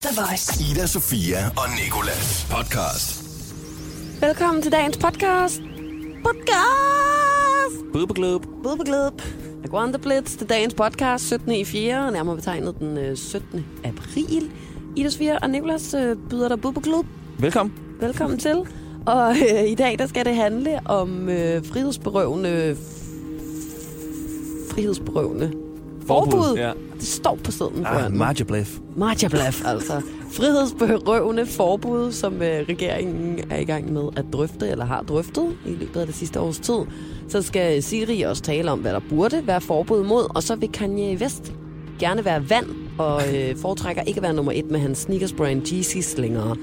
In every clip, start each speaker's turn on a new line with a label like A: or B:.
A: The Voice.
B: Ida, Sofia og Nikolas podcast.
C: Velkommen til dagens podcast. Podcast!
D: Bubbeglub.
C: Blubbeglub. Aguanta Blitz til dagens podcast, 17. i 4. Nærmere betegnet den øh, 17. april. Ida Svier og Nikolas øh, byder dig Bubbeglub.
D: Velkommen.
C: Velkommen til. Og øh, i dag der skal det handle om øh, frihedsberøvende... Frihedsberøvende... Forbud.
D: Ja.
C: Det står på siden
D: Ah,
C: foran. mig.
D: Marjablef.
C: Marjablaf, altså. Frihedsberøvende forbud, som øh, regeringen er i gang med at drøfte, eller har drøftet i løbet af det sidste års tid. Så skal Siri også tale om, hvad der burde være forbud mod, og så vil Kanye West gerne være vand, og øh, foretrækker ikke at være nummer et med hans sneakersbrand Yeezys længere. Og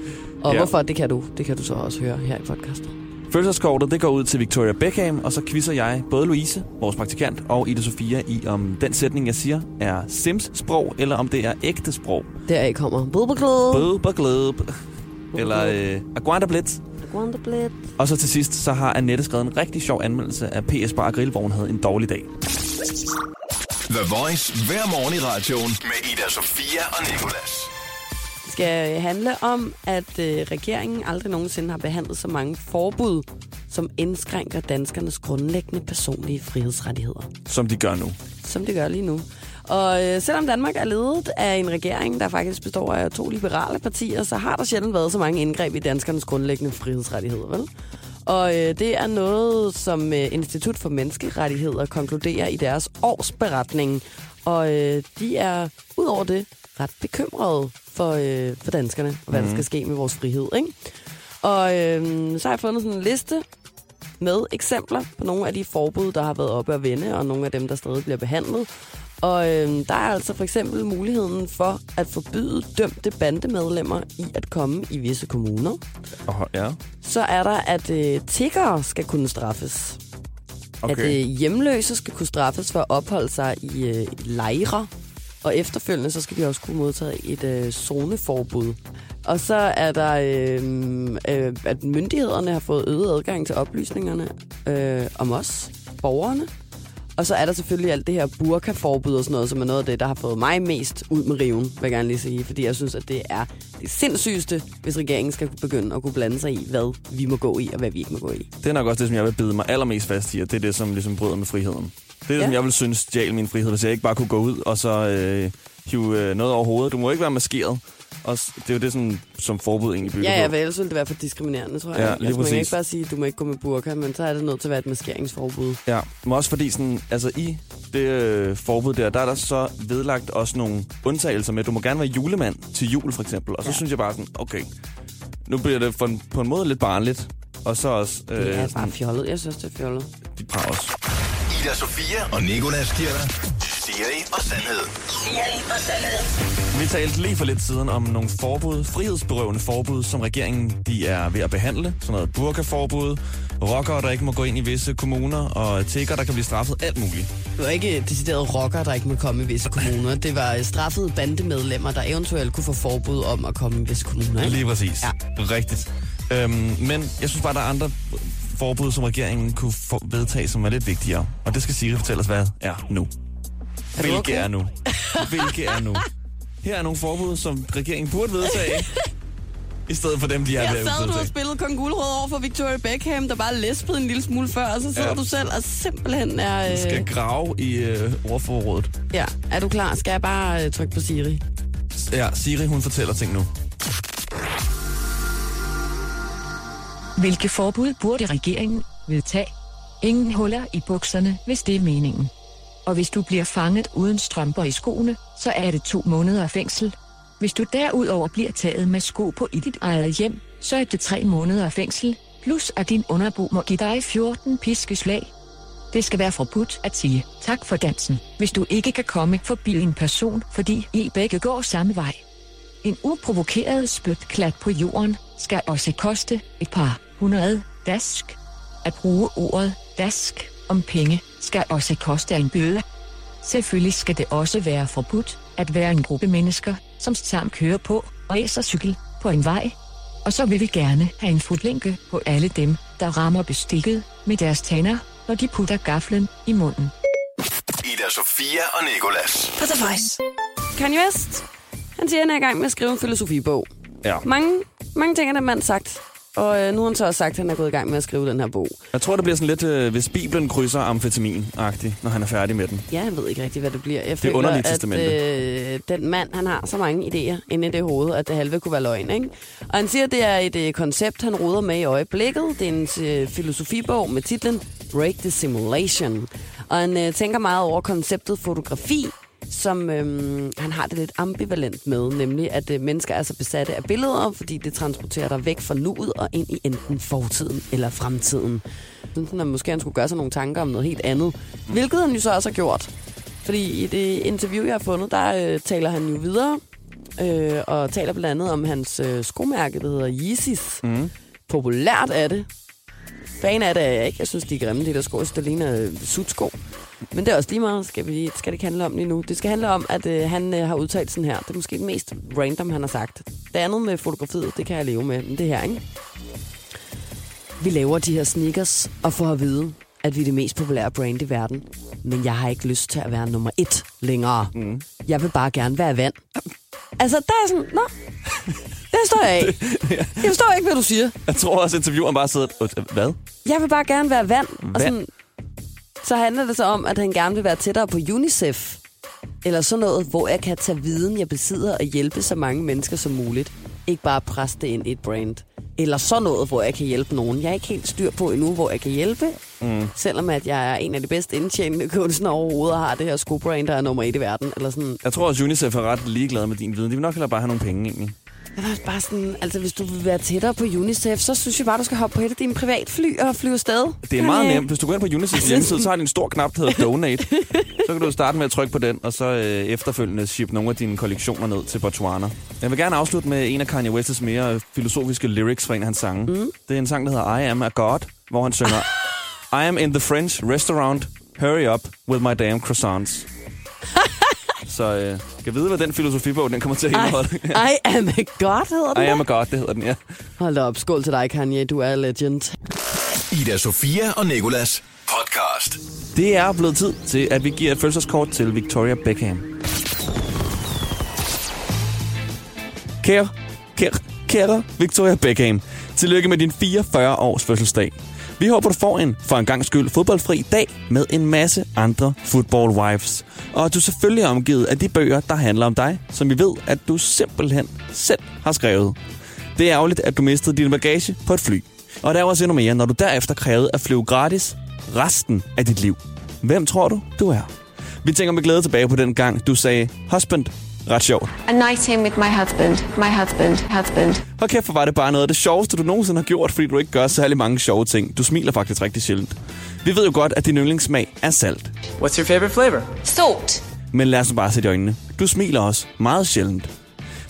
C: ja.
D: Ja.
C: hvorfor, det kan du. Det kan du så også høre her i podcasten.
D: Følelseskortet, det går ud til Victoria Beckham, og så quizzer jeg både Louise, vores praktikant, og Ida Sofia i, om den sætning, jeg siger, er Sims-sprog, eller om det er ægte sprog.
C: Deraf kommer Bubberklub,
D: Bubbeglub. Eller øh, Aguandablitz.
C: Wonderblit.
D: Og så til sidst, så har Annette skrevet en rigtig sjov anmeldelse af PS Bar Grill, hvor hun havde en dårlig dag.
B: The Voice hver morgen i radioen med Ida, Sofia og Nikolas.
C: skal handle om, at øh, regeringen aldrig nogensinde har behandlet så mange forbud, som indskrænker danskernes grundlæggende personlige frihedsrettigheder,
D: Som de gør nu.
C: som det gør lige nu. Og øh, selvom Danmark er ledet af en regering, der faktisk består af to liberale partier, så har der sjældent været så mange indgreb i danskernes grundlæggende frihedsrettigheder, vel? Og øh, det er noget, som øh, Institut for Menneskerettigheder konkluderer i deres årsberetning. Og øh, de er udover det ret bekymrede for, øh, for danskerne, og hvad mm. der skal ske med vores frihed. Ikke? Og øh, så har jeg fundet sådan en liste med eksempler på nogle af de forbud, der har været oppe at vende, og nogle af dem, der stadig bliver behandlet. Og øh, der er altså for eksempel muligheden for at forbyde dømte bandemedlemmer i at komme i visse kommuner
D: Oh, ja.
C: så er der, at øh, tiggere skal kunne straffes. Okay. At øh,
D: Okay.
C: hjemløse skal kunne straffes for at opholde sig i øh, lejre. Og efterfølgende, så skal de også kunne modtage et øh, zoneforbud. Og så er der, øh, øh, at myndighederne har fået øget adgang til oplysningerne øh, om os, borgerne. Og så er der selvfølgelig alt det her burkaforbud og sådan noget, som er noget af det, der har fået mig mest ud med riven, vil jeg gerne lige sige. Fordi jeg synes, at det er det sindssygeste, hvis regeringen skal begynde at kunne blande sig i, hvad vi må gå i og hvad vi ikke må gå i.
D: Det er nok også det, som jeg vil bide mig allermest fast i, og det er det, som ligesom bryder med friheden. Det er det,
C: Ja.
D: som jeg vil synes stjal min frihed, hvis jeg ikke bare kunne gå ud og så øh, hive øh, noget over hovedet. Du må ikke være maskeret. Og s- det er jo det, sådan, som forbud egentlig bygger
C: Ja, ja,
D: på.
C: vel, ellers ville det være for diskriminerende, tror jeg.
D: Ja,
C: altså,
D: lige
C: man kan
D: præcis.
C: ikke bare sige, at du må ikke gå med burka, men så er det nødt til at være et maskeringsforbud.
D: Ja, men også fordi sådan, altså i det øh, forbud der, der er der så vedlagt også nogle undtagelser med, du må gerne være julemand til jul for eksempel. Og så
C: Ja.
D: ja. synes jeg bare sådan, okay, nu bliver det for, en- på en måde lidt barnligt. Og så også øh,
C: Det er bare
D: sådan,
C: fjollet. Jeg synes, det er fjollet.
D: de par også.
B: Ida, Sofia og Nikolas giver dig Siri og sandhed.
D: Vi talte lige for lidt siden om nogle forbud, frihedsberøvende forbud, som regeringen de er ved at behandle. Sådan noget burkaforbud, rockere, der ikke må gå ind i visse kommuner, og tigger, der kan blive straffet alt muligt.
C: Det var ikke decideret rocker, der ikke må komme i visse kommuner. Det var straffede bandemedlemmer, der eventuelt kunne få forbud om at komme i visse kommuner.
D: Lige præcis.
C: Ja.
D: Rigtigt. Øhm, men jeg synes bare, der er andre forbud, som regeringen kunne få vedtage, som er lidt vigtigere. Og det skal Siri fortælle os, hvad er nu.
C: du
D: Hvilke
C: okay?
D: er nu? Hvilke er nu? Her er nogle forbud, som regeringen burde vedtage, i stedet for dem, de er ved
C: Jeg
D: at
C: sad, du
D: vedtage.
C: har spillet Kong Guldrød over for Victoria Beckham, der bare læspede en lille smule før, og så sidder ja.
D: Ja.
C: du selv og simpelthen er... Øh,
D: skal grave i øh, ordforrådet.
C: ja, er du klar? Skal jeg bare øh, trykke på Siri?
D: Ja, Siri, hun fortæller ting nu.
E: Hvilke forbud burde regeringen vedtage? Ingen huller i bukserne, hvis det er meningen. Og hvis du bliver fanget uden strømper i skoene, så er det to måneder fængsel. Hvis du derudover bliver taget med sko på i dit eget hjem, så er det tre måneder fængsel, plus at din underbo må give dig 14 piskeslag. Det skal være forbudt at sige tak for dansen, hvis du ikke kan komme forbi en person, fordi I begge går samme vej. En uprovokeret spytklat på jorden skal også koste et par hundrede dask. At bruge ordet dask om penge skal også koste en bøde. Selvfølgelig skal det også være forbudt at være en gruppe mennesker, som sammen kører på og æser cykel på en vej. Og så vil vi gerne have en fodlænke på alle dem, der rammer bestikket med deres tænder, når de putter gaflen i munden.
B: Ida, Sofia og Nikolas.
A: På The Voice.
C: Kanye West, Han siger, at han er i gang med at skrive en filosofibog.
D: Ja.
C: Mange, mange ting har den mand sagt. Og øh, nu har han så også sagt, at han er gået i gang med at skrive den her bog.
D: Jeg tror, det bliver sådan lidt, øh, hvis Bibelen krydser amfetamin-agtigt, når han er færdig med den.
C: Ja, jeg ved ikke rigtig, hvad det bliver. Jeg
D: er
C: føler,
D: underligt
C: at
D: testamente.
C: øh, den mand, han har så mange idéer inde i det hoved, at det halve kunne være løgn. Ikke? Og han siger, at det er et øh, koncept, han roder med i øjeblikket. Det er en øh, filosofibog med titlen Break the Simulation. Og han øh, tænker meget over konceptet fotografi, som øhm, han har det lidt ambivalent med, nemlig at øh, mennesker er så besatte af billeder, fordi det transporterer dig væk fra nuet og ind i enten fortiden eller fremtiden. Sådan, at måske han skulle gøre sig nogle tanker om noget helt andet, hvilket han jo så også har gjort. Fordi i det interview, jeg har fundet, der øh, taler han jo videre, øh, og taler blandt andet om hans øh, skomærke, der hedder Yeezys. Mm. Populært er det. Fan af det er jeg ikke. Jeg synes, de er grimme, de der sko. Jeg synes, det ligner øh, sutsko. Men det er også lige meget, skal, vi, lige- skal det ikke handle om lige nu. Det skal handle om, at øh, han øh, har udtalt sådan her. Det er måske det mest random, han har sagt. Det andet med fotografiet, det kan jeg leve med. Men det her, ikke? Vi laver de her sneakers, og får at vide, at vi er det mest populære brand i verden. Men jeg har ikke lyst til at være nummer et længere. Mm. Jeg vil bare gerne være vand. Altså, der er sådan, nå, det står jeg af. Jeg forstår ikke, hvad du siger.
D: Jeg tror også, intervieweren bare sidder... "Øh, Hvad?
C: Jeg vil bare gerne være vand. Og
D: Vand.
C: sådan, så handler det så om, at han gerne vil være tættere på UNICEF. Eller sådan noget, hvor jeg kan tage viden, jeg besidder, og hjælpe så mange mennesker som muligt. Ikke bare presse det ind i et brand. Eller sådan noget, hvor jeg kan hjælpe nogen. Jeg er ikke helt styr på endnu, hvor jeg kan hjælpe. Mm. Selvom at jeg er en af de bedst indtjenende kunstnere overhovedet, og har det her skobrand, der er nummer et i verden. Eller sådan.
D: Jeg tror også, UNICEF er ret ligeglad med din viden. De vil nok hellere bare have nogle penge, egentlig.
C: Jeg var bare sådan, altså hvis du vil være tættere på UNICEF, så synes jeg bare, du skal hoppe på et af dine privatfly og flyve afsted.
D: Det er meget
C: Hej.
D: nemt. Hvis du går ind på UNICEF's hjemmeside, så har de en stor knap, der hedder Donate. Så kan du starte med at trykke på den, og så øh, efterfølgende ship nogle af dine kollektioner ned til Botswana. Jeg vil gerne afslutte med en af Kanye West's mere øh, filosofiske lyrics fra en af hans sange. Mm. Det er en sang, der hedder I Am A God, hvor han synger I am in the French restaurant, hurry up with my damn croissants. så øh, skal vide, hvad den filosofibog, den kommer til at indeholde.
C: I, I am a god, hedder den
D: I am
C: der.
D: a God, det hedder den, ja.
C: Hold da op, skål til dig, Kanye. Du er legend.
B: Ida Sofia og Nikolas podcast.
D: Det er blevet tid til, at vi giver et fødselskort til Victoria Beckham. Kære, kære, kære Victoria Beckham, tillykke med din 44 års fødselsdag. Vi håber, du får en, for en gang skyld, fodboldfri dag med en masse andre football wives. Og at du selvfølgelig er omgivet af de bøger, der handler om dig, som vi ved, at du simpelthen selv har skrevet. Det er ærgerligt, at du mistede din bagage på et fly. Og der var også endnu mere, når du derefter krævede at flyve gratis resten af dit liv. Hvem tror du, du er? Vi tænker med glæde tilbage på den gang, du sagde, husband, ret sjovt.
A: A night in with my husband, my husband, husband.
D: Og kæft, hvor var det bare noget af det sjoveste, du nogensinde har gjort, fordi du ikke gør særlig mange sjove ting. Du smiler faktisk rigtig sjældent. Vi ved jo godt, at din yndlingssmag er salt.
F: What's your favorite flavor?
A: Salt.
D: Men lad os nu bare sætte i øjnene. Du smiler også meget sjældent.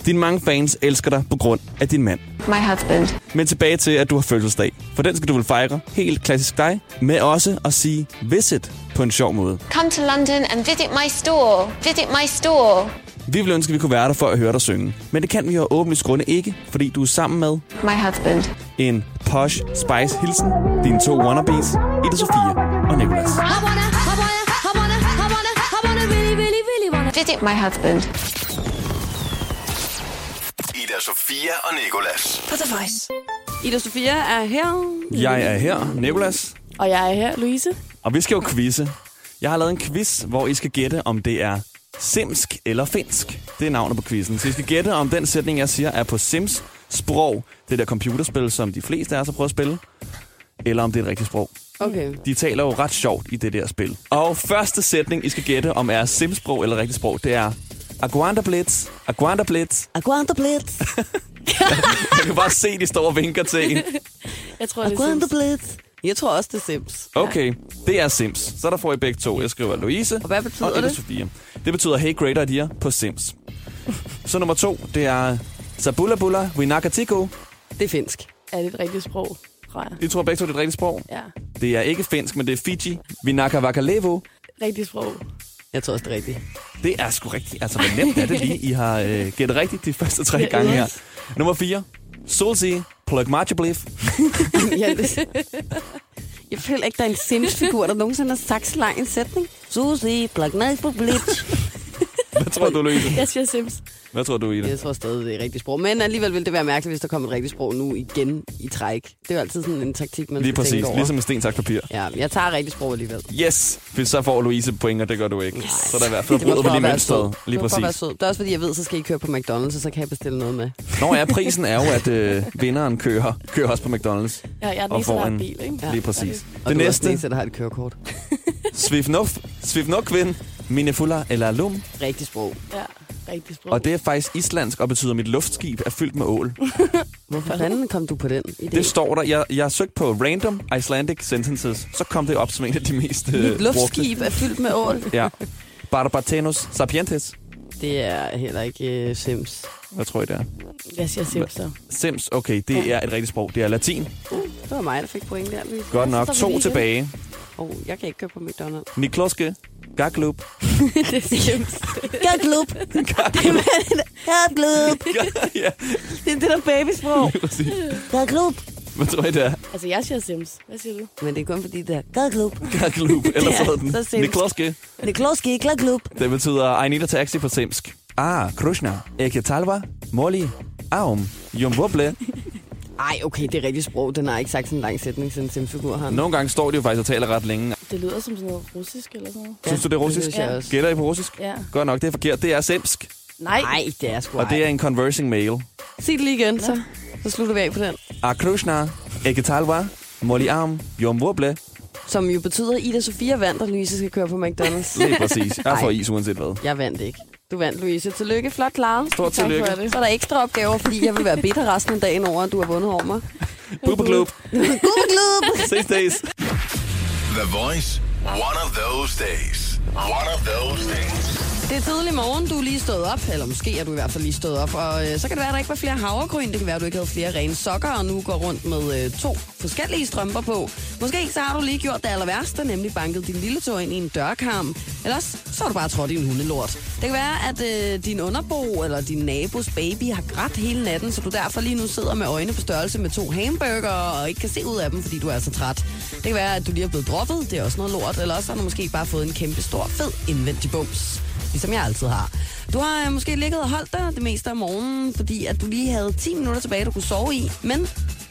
D: Dine mange fans elsker dig på grund af din mand.
A: My husband.
D: Men tilbage til, at du har fødselsdag. For den skal du vel fejre helt klassisk dig, med også at sige visit på en sjov måde.
A: Come to London and visit my store. Visit my store.
D: Vi ville ønske, at vi kunne være der for at høre dig synge. Men det kan vi jo af åbenlyst grunde ikke, fordi du er sammen med
A: My husband.
D: en posh spice hilsen, dine to wannabes, Ida Sofia og Nicolas.
A: I wanna, I wanna, I wanna, I wanna, I wanna really, really, really wanna visit my husband.
B: Ida Sofia og Nikolas.
C: Ida Sofia er her.
D: Jeg er her, Nicolas,
G: Og jeg er her, Louise.
D: og vi skal jo quizze. Jeg har lavet en quiz, hvor I skal gætte, om det er simsk eller finsk. Det er navnet på quizzen. Så I skal gætte, om den sætning, jeg siger, er på sims sprog, det der computerspil, som de fleste af os har prøvet at spille, eller om det er et rigtigt sprog.
C: Okay.
D: De taler jo ret sjovt i det der spil. Og første sætning, I skal gætte, om er simsprog eller rigtigt sprog, det er Aguanta Blitz, Aguanta Blitz.
C: Aguanta Blitz.
D: Jeg kan bare se, de står og vinker til en.
G: Jeg tror, det er
C: Aguanta
G: Sims.
C: Blitz. Jeg tror også, det er Sims.
D: Okay, det er Sims. Så der får I begge to. Jeg skriver Louise og,
C: hvad betyder
D: og Ida
C: det?
D: Sofia. Det betyder Hey Greater Idea på Sims. Så nummer to, det er Sabula Bulla Winakatiko.
C: Det er finsk.
G: Er det et rigtigt sprog, tror jeg?
D: I tror begge to, det er et rigtigt sprog.
G: Ja.
D: Det er ikke finsk, men det er Fiji. Vinakavakalevo.
G: Rigtigt sprog.
C: Jeg tror også, det er rigtigt.
D: Det er sgu rigtigt. Altså, hvor nemt er det lige, I har øh, gættet rigtigt de første tre gange her. Nummer 4. Solsi, plug matcha blif.
C: ja, det... Jeg føler ikke, der er en Sims-figur, der nogensinde har sagt så lang en sætning. Susie, plak ned på Blitz.
D: Hvad tror du, Louise?
G: Jeg siger Sims.
D: Hvad tror du, Ida?
C: Jeg tror stadig, det er et rigtigt sprog. Men alligevel ville det være mærkeligt, hvis der kom et rigtigt sprog nu igen i træk. Det er jo altid sådan en taktik, man
D: Lige
C: skal
D: præcis.
C: tænke over.
D: Ligesom en sten, tak, papir.
C: Ja, jeg tager rigtigt sprog alligevel.
D: Yes! Fordi så får Louise point, og det gør du ikke. Yes. Så er der i hvert fald brudt på lige mønstret. Lige
C: Det var for at være
D: præcis.
C: sød. Det er også fordi, jeg ved, så skal I køre på McDonald's, og så kan jeg bestille noget med.
D: Nå ja, prisen er jo, at øh, vinderen kører, kører også på McDonald's.
G: Ja, jeg er den
D: Og
G: eneste, der
D: får
G: har
D: en-
G: en bil, ikke?
D: Ja. Lige præcis.
C: Og
D: Det
C: du er også den
D: næste,
C: eneste, der har et kørekort.
D: Svifnof, Svifnokvin, Minefulla eller Lum.
C: Rigtigt sprog.
G: Ja, rigtig sprog.
D: Og det er faktisk islandsk og betyder, at mit luftskib er fyldt med ål.
C: Hvorfor fanden kom du på den idé?
D: Det står der. Jeg, jeg søgte på random Icelandic sentences. Så kom det op som en af de mest øh,
C: Mit
D: brugte.
C: luftskib er fyldt med ål.
D: Ja. Barbatenos sapientes.
C: Det er heller ikke uh, Sims.
D: Hvad tror I, det er?
G: Jeg siger Sims, så.
D: Sims, okay, det er et rigtigt sprog. Det er latin.
C: Det var mig, der fik point der. Louise.
D: Godt nok.
G: Så står vi
D: To
G: lige
D: tilbage.
C: Åh, jeg kan ikke køre på McDonald's.
D: Nikloske, Gaglub.
G: det er Sims.
C: Gaglub! Gaglub!
D: ja,
C: Det er det der babysprog.
D: præcis.
C: Gaglub!
D: Hvad tror I, det er?
G: altså, jeg siger Sims. Hvad siger du?
C: Men det er kun fordi, det er gaglub.
D: Gaglub. Eller så
C: Ja, så
D: hedder den.
C: Sims.
D: Nikloske.
C: Nikloski, gaglub.
D: Det betyder, I need a taxi på simsk. Ah, Krishna, Eke Talva, Molly, Aum, Jumboble.
C: Ej, okay, det er rigtigt sprog. Den har ikke sagt sådan en lang sætning, siden Sims-figur har. den.
D: Nogle gange står de jo faktisk og taler ret længe.
G: Det lyder som sådan noget russisk eller sådan noget.
D: Synes du, det er russisk?
C: Det synes jeg også.
D: Gætter I på russisk?
G: Ja.
D: Godt nok, det er forkert. Det er simsk,
G: Nej.
C: Nej, det er sgu
D: og det er
C: ej.
D: en conversing mail.
C: Sig det lige igen, så. Så slutter vi af på den.
D: Ah, Krishna, Eke Talva, Molly Aum, Jumboble.
C: Som jo betyder, at Ida Sofia vandt, og Louise skal køre på McDonald's.
D: Lige præcis. Jeg får
C: Ej.
D: is uanset hvad.
C: Jeg vandt ikke. Du vandt, Louise. Tillykke. Flot klaret.
D: Stort
G: Tak
D: tillykke.
G: for det.
C: Så er der ekstra opgaver, fordi jeg vil være bitter resten af dagen over, at du har vundet over mig.
D: Bubbeklub.
C: Google
D: Ses days.
B: The Voice. One of those days. One of those days.
C: Det er tidlig morgen, du er lige stået op, eller måske er du i hvert fald lige stået op, og øh, så kan det være, at der ikke var flere havregryn, det kan være, at du ikke havde flere rene sokker, og nu går rundt med øh, to forskellige strømper på. Måske så har du lige gjort det aller værste, nemlig banket din lille tog ind i en dørkarm, ellers så har du bare trådt i en hundelort. Det kan være, at øh, din underbo eller din nabos baby har grædt hele natten, så du derfor lige nu sidder med øjne på størrelse med to hamburger og ikke kan se ud af dem, fordi du er så træt. Det kan være, at du lige er blevet droppet, det er også noget lort, eller også har du måske bare fået en kæmpe stor, fed indvendig bums ligesom jeg altid har. Du har øh, måske ligget og holdt dig det meste af morgenen, fordi at du lige havde 10 minutter tilbage, du kunne sove i, men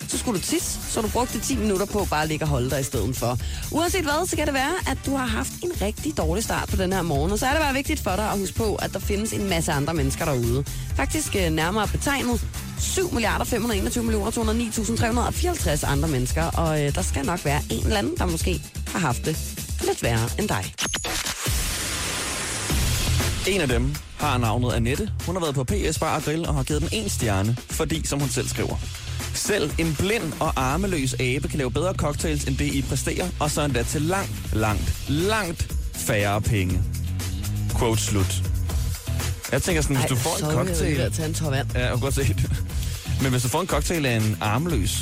C: så skulle du tisse, så du brugte 10 minutter på bare at ligge og holde dig i stedet for. Uanset hvad, så kan det være, at du har haft en rigtig dårlig start på den her morgen, og så er det bare vigtigt for dig at huske på, at der findes en masse andre mennesker derude. Faktisk øh, nærmere betegnet 7 milliarder 521 millioner 209.354 andre mennesker, og øh, der skal nok være en eller anden, der måske har haft det lidt værre end dig.
D: En af dem har navnet Annette. Hun har været på PS Bar og Grill og har givet den en stjerne, fordi, som hun selv skriver, selv en blind og armeløs abe kan lave bedre cocktails, end det I præsterer, og så endda til langt, langt, langt færre penge. Quote slut. Jeg tænker sådan, hvis du får en cocktail...
C: at tage en tår vand.
D: Ja, jeg kan godt se det. Men hvis du får en cocktail af en armløs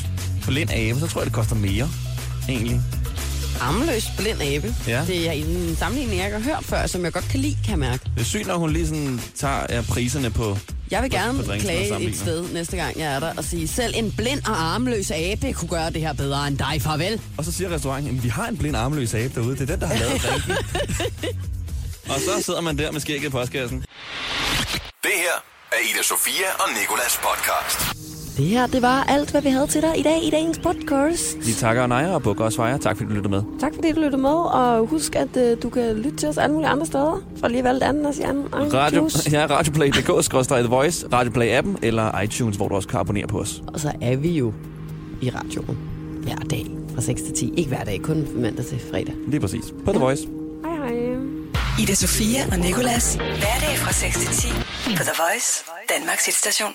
D: blind abe, så tror jeg, det koster mere, egentlig.
C: armløs blind abe.
D: Ja.
C: Det er en sammenligning, jeg ikke har hørt før, som jeg godt kan lide, kan jeg mærke.
D: Det er sygt, når hun lige sådan tager ja, priserne på...
C: Jeg vil
D: på- på
C: gerne
D: drinks, når
C: klage et
D: sammenligner.
C: sted næste gang, jeg er der, og sige, selv en blind og armløs abe kunne gøre det her bedre end dig, farvel.
D: Og så siger restauranten, at vi har en blind armløs abe derude. Det er den, der har lavet drinken. og så sidder man der med skægget i postkassen.
B: Det her er Ida Sofia og Nikolas podcast.
C: Det her, det var alt, hvad vi havde til dig i dag i dagens podcast.
D: Vi takker og nejer og bukker og svejer. Tak fordi du lyttede med.
C: Tak fordi du lyttede med, og husk, at uh, du kan lytte til os alle mulige andre steder. For lige at valgte anden og sige anden.
D: Radio, ja, radioplay.dk, The Voice, Radioplay-appen eller iTunes, hvor du også kan abonnere på os.
C: Og så er vi jo i radioen hver dag fra 6 til 10. Ikke hver dag, kun mandag til fredag.
D: Lige præcis. På The Voice.
F: Ida Sofia og Nikolas. Hverdag fra 6 til 10 på The Voice, Danmarks hitstation.